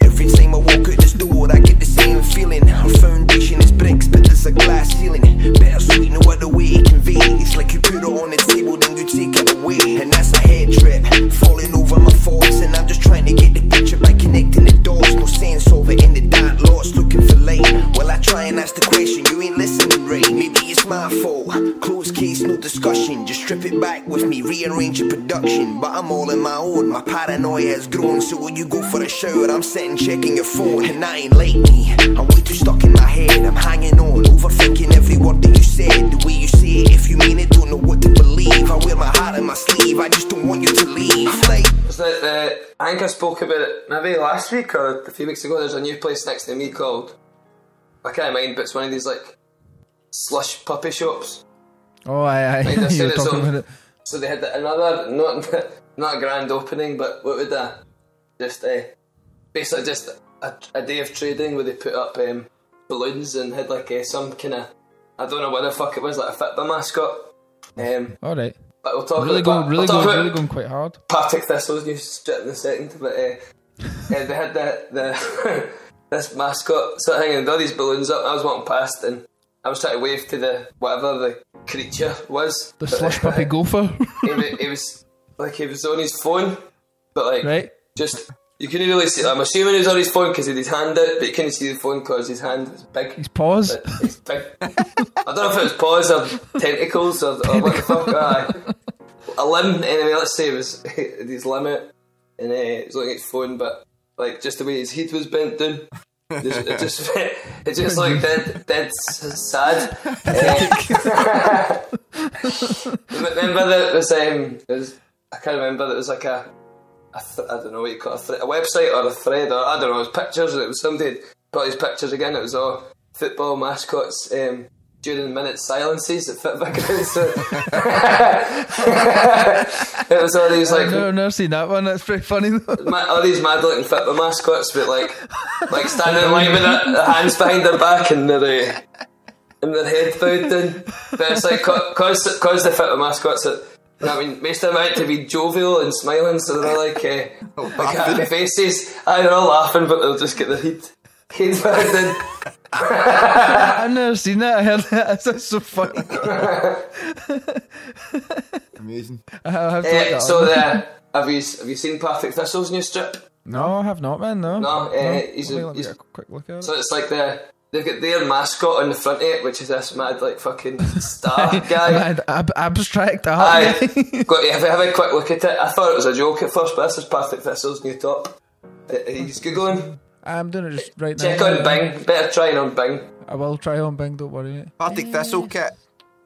B: Every time I walk out this door, I get the same feeling. Our foundation is bricks, but there's a glass ceiling. Better sweet, no other way it conveys. Like you put it on the table, then you take it away. And that's a head trip, falling over my thoughts. And I'm just trying to get the picture by connecting the dots. No sense over in the dark, lost looking for light. Well, I try and ask the question, you ain't listening right. Maybe it's my fault. Closed case, no discussion. Just strip it back with me, rearrange your production. But I'm all in my own, my paranoia has grown. So when you go for a shower, I'm sitting checking your phone. And I ain't like me, I'm way too stuck in my head. I'm hanging on, overthinking every word that you said. The way you say it, if you mean it, don't know what to believe. I wear my heart in my sleeve. I just don't want you to leave. Like,
C: There's that, uh, I think I spoke about it maybe last week or a few weeks ago. There's a new place next to me called I can't mind, but it's one of these like slush puppy shops.
D: Oh, I, I
C: Like, they've
D: you
C: said
D: were
C: it's
D: talking
C: on-
D: about it.
C: So they had another not not a grand opening, but what would that? Just uh, basically just a, a day of trading where they put up um, balloons and had like uh, some kind of I don't know what the fuck it was like a Fitbit mascot. Um,
D: All right,
C: but we'll talk
D: really
C: about
D: going, really
C: we'll talk
D: going,
C: about
D: really going quite hard.
C: Partick Thistle's new strip in a second, but uh, uh, they had the, the this mascot sort of thing and all these balloons up. I was walking past and I was trying to wave to the whatever the creature was.
D: The
C: But,
D: slush
C: uh,
D: puppy gopher,
C: he, wa- he was like he was on his phone, but like
D: right?
C: just you couldn't really see. I'm assuming he was on his phone because he had his hand out, but you couldn't see the phone because his hand was big.
D: His paws.
C: It's big. I don't know if it was paws or tentacles or, or what the fuck. Aye. A limb, anyway, let's say it was his limb out and uh, he was looking at his phone, but like just the way his head was bent down. Just, it just, it just like dead, dead s- sad. Eh, but then, but it was, um, it was, I can't remember. It was like a, a th- I don't know what you call it, a, thre- a website or a thread or I don't know. It was pictures and it was somebody had got his pictures again. It was all football mascots um, during minute silences at Fit Vickers. So- it was all these like
D: I've never, never seen that one. That's pretty funny. Though.
C: Ma- all these mad looking fit with mascots, but like, like standing in line with their, their hands behind their back and their, uh, and their head bowed down. But it's like, cause, cause the fit with mascots, are, I mean, most of them out to be jovial and smiling, so they're all like, uh, like happy faces. Aye, they're all laughing, but they'll just get their head, head bowed down.
D: I've never seen that. I heard that. That's so funny.
B: amazing.
D: I have to look
C: Eh,
D: that
C: so
D: up.
C: there, have you, have you seen Patrick Thistle's new strip?
D: No, I have not, man. No.
C: No, eh, he's
D: Let me-
C: a-
D: let me
C: he's-
D: get a quick look at it.
C: So it's like the they've got their mascot on the front of it, which is this mad like fucking star guy.
D: Mad ab- abstract art
C: Aye,
D: guy.
C: got have a, have a quick look at it. I thought it was a joke at first, but this is Patrick Thistle's new top. Uh, He's googling.
D: I'm doing it just right
C: Check
D: now.
C: on Bing. Better trying on Bing.
D: I will try on Bing. Don't worry. mate.
B: Partick Thistle kit.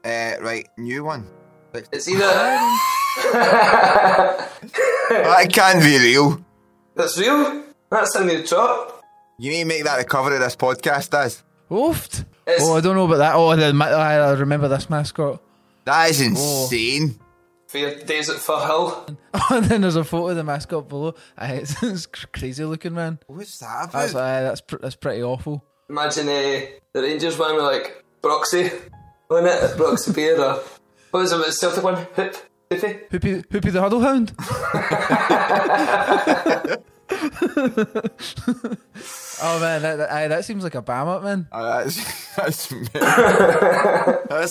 B: Uh, right, new one.
C: It's either
B: That can't be real.
C: that's real. That's a new top.
B: You need to make that the cover of this podcast, as
D: Oofed.
C: It's-
D: Oh, I don't know about that. Oh, the, ma- I I remember this mascot.
B: That is insane.
C: For your days at Fir Hill.
D: Oh, and then there's a photo of the mascot below. Aye, it's, it's cr- crazy looking, man.
B: What's that about?
D: That's aye, that's pr- that's pretty awful.
C: Imagine uh, the Rangers one with like Broxy on it, Broxy Beer or what was it, the Celtic one? Hoop, Hoopy.
D: Hoopy, Hoopy the Huddle Hound. oh man, that, that, aye, that seems like a bam up, man.
B: Oh, that's that's, that's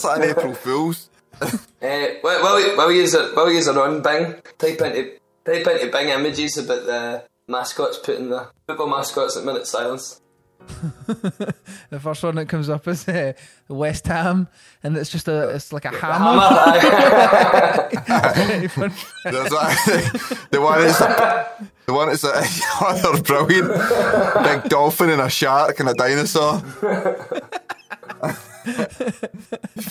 B: like an April Fools.
C: Uh, well, well, well, use a well, use a on Bing. Type into type into Bing images about the mascots putting the football mascots at minute silence.
D: The first one that comes up is uh, West Ham, and it's just a it's like a hammer.
C: Hammer,
B: There's that, the one that's a, the one that's a, oh, they're brilliant. Big dolphin and a shark and a dinosaur.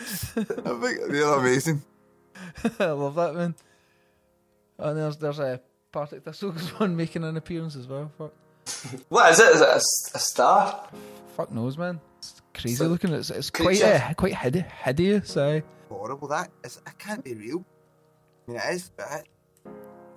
B: I think they're amazing.
D: I love that man. And there's there's a Partick Thistle's one making an appearance as well. Fuck,
C: what is it? Is it a, s- a star?
D: fuck knows, man. It's crazy
C: So-
D: looking. It's it's
C: Could
D: quite
C: you-
D: uh, quite hide- hideous. Aye.
B: Horrible that is. It can't be real. I mean, it is, but it,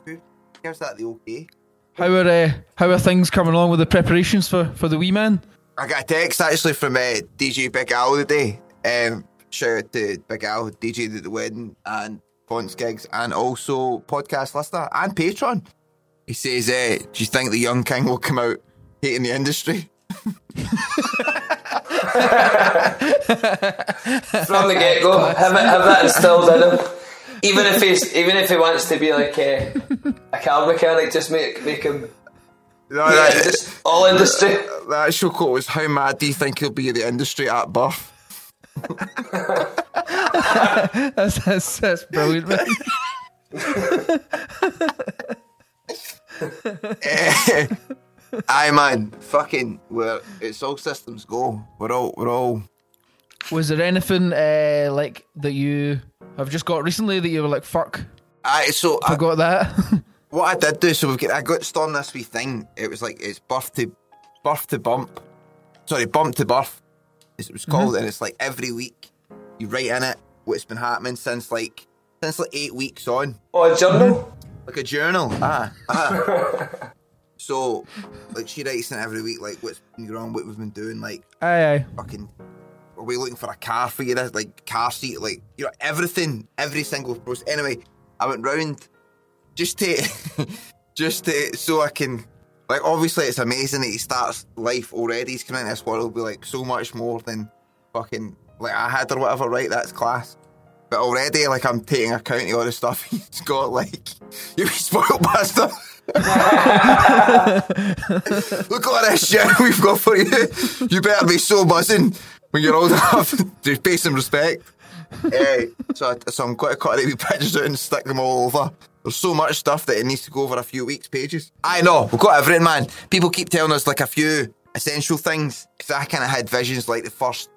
B: who gives that the okay?
D: How are uh, how are things coming along with the preparations for for the wee man?
B: I got a text actually from uh, DJ Big Al today. Um, shout out to Big Al, DJ at the wedding, and Ponce Gigs, and also podcast listener and patron. He says, uh, "Do you think the young king will come out hating the industry?"
C: From the get go, have it, have that instilled in him. Even if he's, even if he wants to be like uh, a car mechanic, just make make him
B: No,
C: yeah,
B: that,
C: just all industry.
B: the actual quote was, "How mad do you think he'll be at the industry at birth?"
D: That's that's, that's brilliant, man.
B: Eh, Aye, man. Fucking, we're, it's all systems go. We're all, we're all.
D: Was there anything uh, like that you have just got recently that you were like, fuck,
B: Aye, so I,
D: I got that?
B: what I did do, so we've got, I got stormed this wee thing. It was like it's birth to, birth to bump, sorry, bump to birth. is It was called, and it's like every week you write in it what's been happening since like since like eight weeks on.
C: Oh, a journal?
B: like a journal. Ah, ah. so, like she writes in every week, like what's been going on, what we've been doing, like
D: aye, aye.
B: fucking. Are we looking for a car for you? This like car seat, like you know everything, every single process. Anyway, I went round just to, just to, so I can. Like obviously, it's amazing that he starts life already. He's coming into this world with like so much more than fucking like I had or whatever. Right, that's class. But already, like I'm taking account of all the stuff he's got. Like you spoiled bastard. Look at all this shit we've got for you. You better be so buzzing when you're old enough to pay some respect. Eh, so, I, so I'm going to cut the wee pictures out and stick them all over. There's so much stuff that it needs to go over a few weeks' pages. I know, we've got everything, man. People keep telling us like a few essential things because I kind of had visions like the first,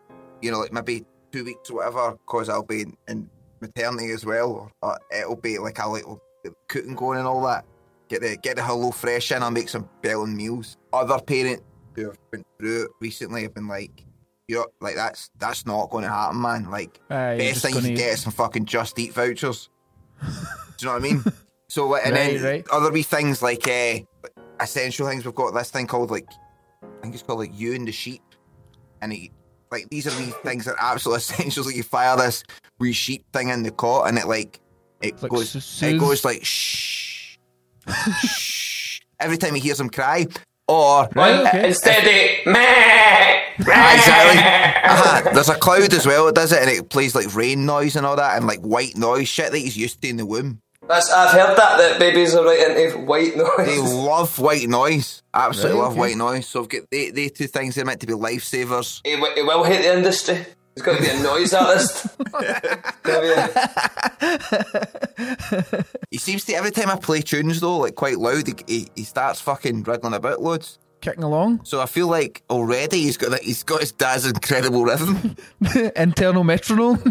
B: you know, like maybe two weeks or whatever, because I'll be in, in maternity as well. Or, uh, it'll be like a little cooking going and all that. Get the get the hello fresh in. I'll make some belling meals. Other parent who have been through it recently have been like, you're like that's that's not going to happen, man. Like
D: Aye, you're
B: best
D: just
B: thing you
D: gonna-
B: can get is some fucking just eat vouchers. Do you know what I mean? So like, and
D: Right,
B: then
D: right.
B: other wee things like uh, essential things. We've got this thing called like I think it's called like you and the sheep, and it like these are wee things that are absolute essentials. Like you fire this wee sheep thing in the cot, and it like it
D: Like
B: goes it
D: s- soothes.
B: goes like shh shh every time he hears him cry. Or
D: Right, okay.
C: Instead of meh.
B: exactly. Uh-huh. There's a cloud as well. It does it, and it plays like rain noise and all that, and like white noise shit that he's used to in the womb.
C: That's, I've heard that, that babies are right into white
B: They
C: noise.
B: love white noise. Absolutely
D: Right,
B: love
D: okay.
B: white noise. So I've got they, they two things. They're meant to be lifesavers.
C: He, w- he will hate the industry. He's got to be a noise artist. Gotta be a-
B: He seems to every time I play tunes though, like quite loud, he, he, he starts fucking wriggling about loads.
D: Kicking along.
B: So I feel like already he's got that, he's got his dad's incredible rhythm.
D: Internal metronome.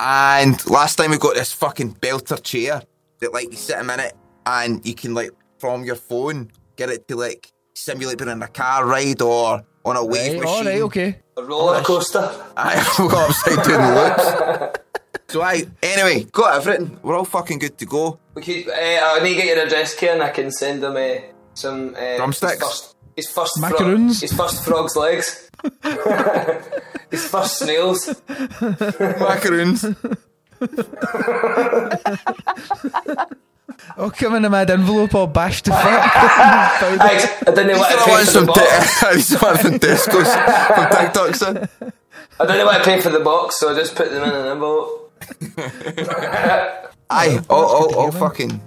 B: And last time we got this fucking belter chair that like you sit him in it and you can like from your phone get it to like simulate being in a car ride or on a wave
D: right,
B: machine.
D: all right, okay.
C: a roller coaster.
B: I got upside down loops. So I anyway got everything. We're all fucking good to go.
C: We could, uh, I need to get your address, Kieran. I can send him uh, some uh,
B: Drumsticks?
C: His first, his first frog-
D: Macaroons?
C: his first frog's legs. his first snails.
B: Macaroons.
D: I'll come in a mad envelope all bashed to fuck. Found it.
C: I, I didn't know what
B: He's
C: to
B: not
C: pay
B: wanting some
C: for the box.
B: di- he's not having discos from TikTok, son.
C: I didn't know what to pay for the box, so I just put them in an envelope.
B: Aye, all, all, all fucking,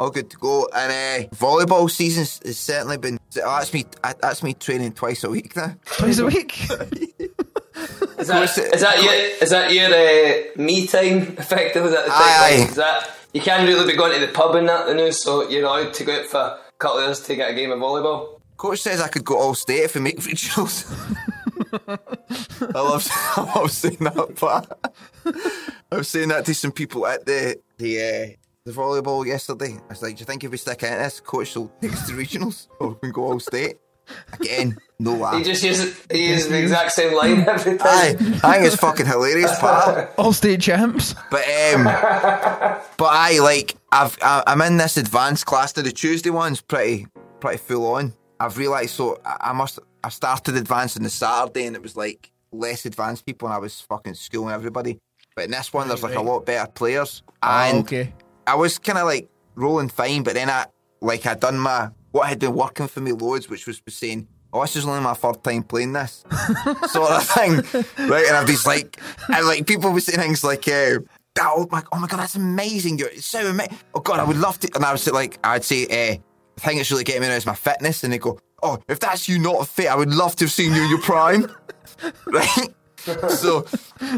B: all good to go. And uh, volleyball season has certainly been. so That's me. That's me training twice a week now.
D: Twice a week.
C: Is that,
B: course it-
C: is that your is that your uh, me time effective? Is that the
B: Aye,
C: thing?
B: aye.
C: Is that you can't really be going to the pub and that the news, so you're allowed to go out for a couple of hours to get a game of volleyball.
B: Coach says I could go all state if we make regionals. I love, I love saying that, but I was saying that to some people at the the uh, the volleyball yesterday. I was like, "Do you think if we stick in this, coach will take us to regionals or we can go all state?" Again, no
C: He
B: laugh.
C: just uses he uses the exact same line every time.
B: Aye, I think it's fucking hilarious, pal.
D: all state champs.
B: But um, but I like I've I, I'm in this advanced class now. The Tuesday one's pretty pretty full on. I've realised so I, I must I started advancing the Saturday and it was like less advanced people and I was fucking schooling everybody. But in this one, there's like a lot better players. And
D: okay.
B: I was kind of like rolling fine, but then I like I done my what had been working for me loads, which was saying, "Oh, this is only my third time playing this," sort of thing, right? And I've these like, and like people were saying things like, uh, "Oh my, oh my god, that's amazing! You're it's so amazing! Oh god, I would love to." And I was like, I'd say, uh, "The thing that's really getting me now is my fitness," and they go, "Oh, if that's you not fit, I would love to have seen you in your prime," right? So,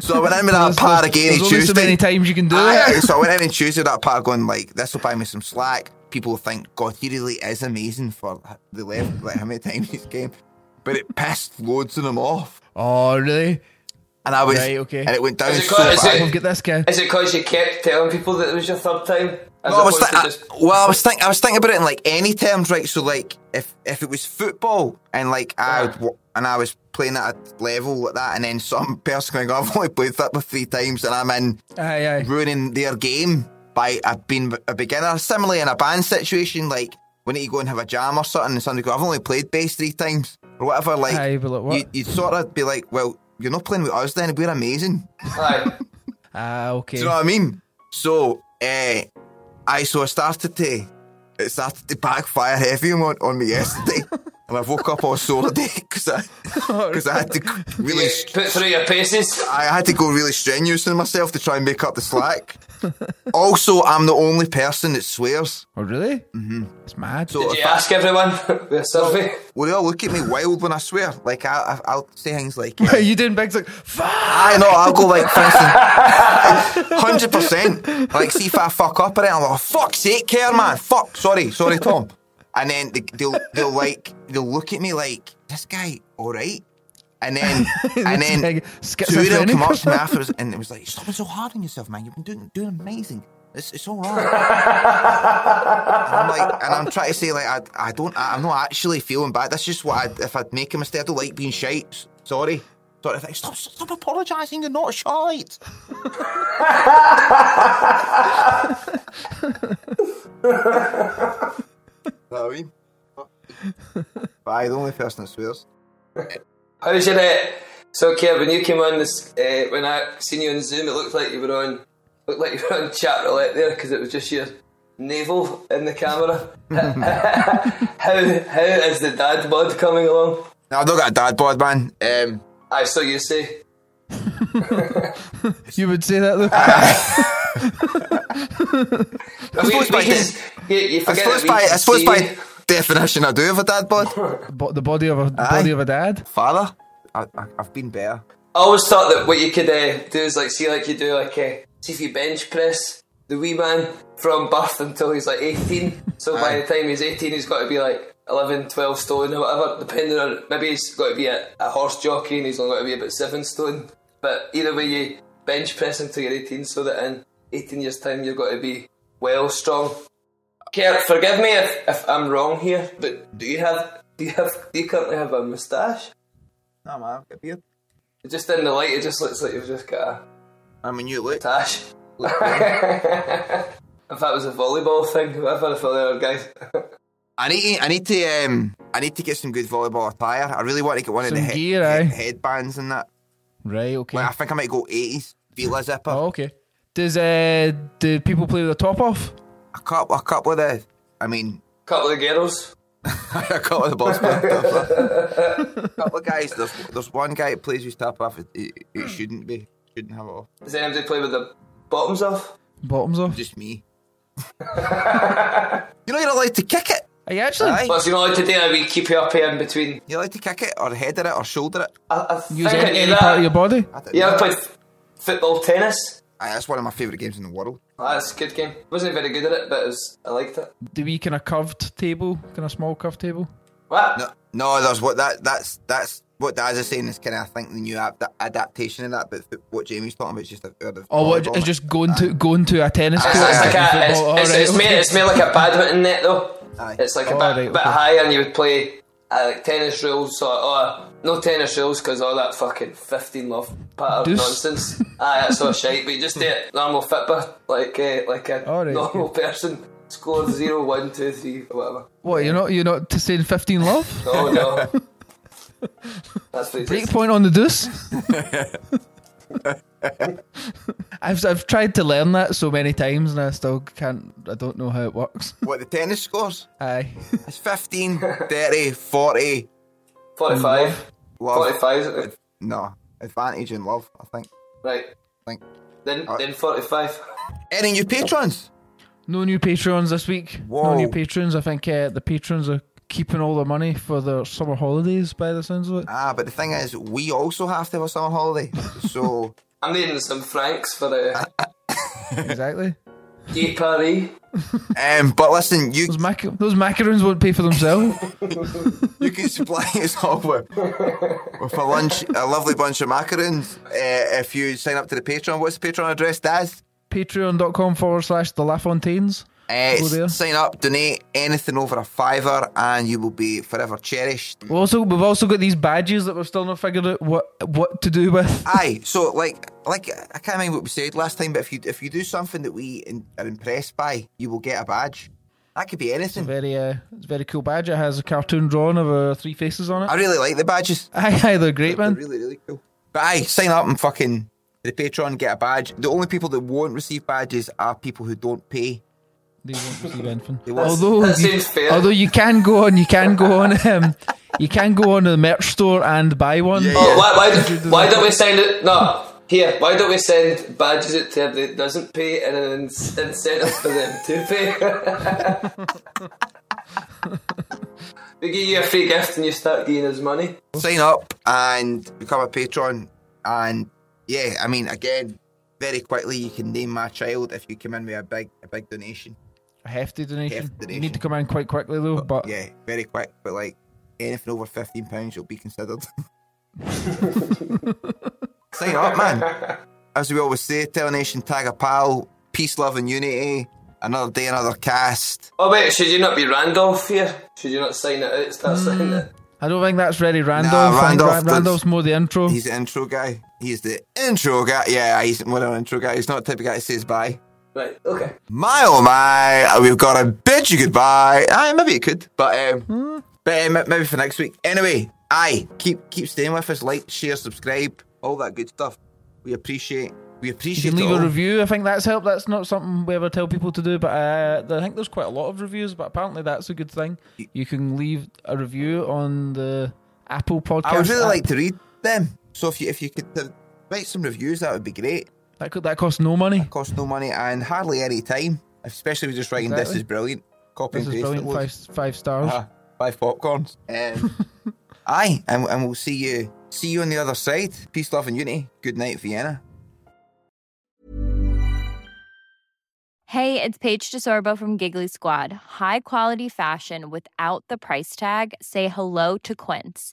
B: so I went in with that part again.
D: There's
B: each
D: only so
B: Tuesday.
D: many times you can do
B: Aye, aye.
D: it.
B: so I went in and Tuesday that part going like this will buy me some slack. people think, God, he really is amazing for the level, like how many times he's came. But it pissed loads of them off.
D: Oh, really?
B: And I was,
D: Right, okay.
B: and it went down
C: Is it
B: so
C: got- is
B: bad.
C: it-
D: We'll get this guy.
C: Is it because you kept telling people that it was your third time? As
B: No, I was
C: opposed
B: thi-
C: to
B: I-
C: just-
B: well, I was think I was thinking about it in like any terms, right? So like if if it was football and like I would, wa- and I was playing at a level like that, and then some person going, "I've only played football three times," and I'm in
D: Aye, aye.
B: ruining their game by uh, being a beginner. Similarly, in a band situation, like when you go and have a jam or something, and somebody go, "I've only played bass three times" or whatever, like
D: Aye, but like, what?
B: You, you'd sort of be like, "Well, you're not playing with us, then we're amazing."
C: Aye.
D: Ah, okay.
B: Do you know what I mean? So, eh, I so I started to it started to backfire heavy on, on me yesterday, and I woke up all sore today because I
D: Oh,
B: because I had to really
C: You
B: st-
C: put through your paces.
B: I had to go really strenuous on myself to try and make up the slack. also, I'm the only person that swears.
D: Oh, really? Mm-hmm. It's mad.
B: So
C: Did
B: if
C: you
B: I-
C: ask everyone with a survey?
B: well, they all look at me wild when I swear. Like I, I I'll say things like.
D: Are you doing big like fuck?
B: I know, I'll go like, hundred percent. Like, see if I fuck up or anything, I'll go, fuck's sake, care man, fuck, sorry, sorry, Tom. And then they, they'll they'll like they'll look at me like this guy, all right. And then and
D: This
B: then two
D: guy
B: of them
D: schizophrenic.
B: come up to me afterwards and it was like, stop being so hard on yourself, man. You've been doing doing amazing. It's, it's all right. and I'm like, and I'm trying to say like, I, I don't, I, am not actually feeling bad. That's just what I, if I'd make a mistake, I don't like being shite. S- Sorry. Sort of thing. Stop, stop apologising. You're not shite. Know what I mean? But I the only person that swears.
C: How's your net? So, Kev, when you came on this, uh, when I seen you on Zoom, it looked like you were on, looked like you were on chat roulette there because it was just your navel in the camera. how how is the dad bod coming along?
B: No, I've not got a dad bod, man. Um,
C: I saw you say.
D: You would say that though.
C: I
B: suppose by
C: you, you
B: I
C: forget
B: suppose
C: that we
B: by I
C: can
B: suppose
C: see
B: by
C: you.
B: definition I do have a dad bod.
D: Bo- the body of a body of a dad.
B: Father, I, I, I've been better.
C: I always thought that what you could uh, do is like see like you do like uh, see if you bench press the wee man from birth until he's like 18 so by the time he's 18 he's got to be like 11 12 stone or whatever depending on maybe he's got to be a, a horse jockey and he's only got to be about 7 stone but either way you bench press until you're 18 so that in 18 years time you've got to be well strong Care, forgive me if, if I'm wrong here but do you have do you have do you currently have a moustache
B: No man, I've got a beard.
C: just in the light it just looks like you've just got a
B: I mean, you look.
C: Tash.
B: look good.
C: if that was a volleyball thing, whatever for the other guys.
B: I need I need to um I need to get some good volleyball attire. I really want to get one of the
D: Some
B: he-
D: gear,
B: he-
D: aye.
B: headbands and that.
D: Right. Okay.
B: Like I think I might go eighties Vila zipper.
D: Oh, okay. Does uh do people play with the top off?
B: A couple a couple of the I mean
C: Couple of girls.
B: a couple of the boss A couple of guys. There's there's one guy that plays with tap off. It, it,
C: Hmm.
B: it shouldn't be. Shouldn't have it off.
C: Does anybody play with the bottoms off?
D: Bottoms off.
B: Just me. you know you're not allowed to kick it.
D: Are you actually?
B: Aye.
C: Plus, you know, like today, we keep you up here in between.
B: You like to kick it or header it or shoulder it?
C: I, I think
D: Use
C: I
D: any,
C: knew
D: any
C: that.
D: part of your body.
B: I don't
C: You ever
B: know.
C: played f- football, tennis?
B: Aye, that's one of my favourite games in the world.
C: Ah, That's a good game. Wasn't very good at it, but it was, I liked it.
D: The wee kind of curved table, kind of small curved table.
C: What?
B: No, no, there's what that that's that's what Daz is saying is kind of I think the new ad- adaptation of that, but th- what Jamie's talking about is just a out of
D: Oh, what,
B: volleyball.
D: it's just going to going to a tennis court.
C: It's, it's like a, it's,
D: Football,
C: it's,
D: alright,
C: it's, made,
D: okay.
C: it's made like a badminton net though.
B: Aye.
C: It's like a
D: Oh,
C: bit,
D: right,
C: bit
D: okay.
C: higher, and you would play uh, like tennis rules or, or no tennis rules because all that fucking fifteen love pattern
D: Deuce.
C: nonsense. Aye, that's all shite. But you just do it normal fitbit, like uh, like a
D: All right,
C: normal person. Score zero, one, two, three, or whatever.
D: What you're not you're not t- saying fifteen love?
C: No, no. That's what it
D: Break
C: is.
D: point on the deuce. I've I've tried to learn that so many times and I still can't. I don't know how it works.
B: what the tennis scores?
D: Aye.
B: It's 15, 30, 40.
C: Forty-five.
B: Love.
C: Forty-five. isn't it?
B: No, advantage and love. I think.
C: Right.
B: think.
C: Then
B: Alright.
C: then forty-five.
B: Any new patrons?
D: No new patrons this week.
B: Whoa.
D: No new patrons. I think uh, the patrons are keeping all their money for their summer holidays. By the sounds of it.
B: Ah, but the thing is, we also have to have a summer holiday. So
C: uh, I'm needing some francs for the.
D: exactly.
C: Gay Paris.
B: Um, but listen, you
D: Those, mac- those macarons won't pay for themselves.
B: you can supply us all with, with a lunch, a lovely bunch of macarons. Uh, if you sign up to the Patreon, what's the Patreon address, Daz?
D: Patreon.com forward slash the LaFontaines.
B: Uh,
D: Go there.
B: sign up, donate anything over a fiver, and you will be forever cherished.
D: We also we've also got these badges that we've still not figured out what what to do with.
B: Aye, so like, like I can't remember what we said last time, but if you if you do something that we in, are impressed by, you will get a badge. That could be anything.
D: Very uh, it's a very cool badge. It has a cartoon drawing of uh, three faces on
B: I
D: it.
B: really like the badges.
D: Aye, aye, they're great,
B: They're
D: man.
B: really, really cool. But aye, sign up and fucking the Patreon, get a badge. The only people that won't receive badges are people who don't pay.
D: They won't receive anything.
B: won't.
D: Although
C: That
D: you,
C: seems fair.
D: although you can go on, you can go on, um, you can go on to the merch store and buy one.
B: Yeah,
C: Oh, why,
D: you do
C: why, why
D: that?
C: don't we send it? No, here, why don't we send badges out to everybody that doesn't pay and an in- incentive for them to pay? we give you a free gift and you start giving us money.
B: Sign up and become a patron. And yeah, I mean, again, very quickly you can name my child if you come in with a big, a big donation.
D: A hefty donation.
B: Hefty
D: You
B: donation.
D: need to come in quite quickly though. But
B: Yeah, very quick. But like anything over fifteen pounds, you'll be considered. Sign up, man. As we always say, tell a nation, tag a pal, peace, love, and unity. Another day, another cast.
C: Oh, wait, should you not be Randolph here? Should you not sign it out? Start signing it.
D: I don't think that's really Randolph. I think
B: Randolph
D: Ra-
B: does-
D: Randolph's more the intro.
B: He's the intro guy. He's the intro guy. Yeah, he's more an intro guy. He's not the type of guy that says bye.
C: Right, okay.
B: My oh my, we've got to bid you goodbye. Aye, maybe it could, but um, but um, maybe for next week. Anyway, aye, keep keep staying with us. Like, share, subscribe, all that good stuff. We appreciate. We
D: You
B: appreciate.
D: can
B: it
D: leave
B: all.
D: a review. I think that's helped. That's not something we ever tell people to do, but uh, I think there's quite a lot of reviews. But apparently, that's a good thing. You can leave a review on the Apple podcast.
B: I would really
D: app.
B: like to read them. So if you if you could uh, write some reviews, that would be great.
D: that. Could, that costs no money.
B: Cost no money and hardly any time. Especially if you're just writing. This
D: Exactly.
B: is brilliant. Copy
D: This
B: and
D: is
B: paste it
D: brilliant. Five,
B: loads.
D: five stars.
B: Ah, five popcorns. Um, aye, and, and we'll see you. See you on the other side. Peace, love, and unity. Good night, Vienna.
E: Hey, it's Paige DeSorbo from Giggly Squad. High quality fashion without the price tag. Say hello to Quince.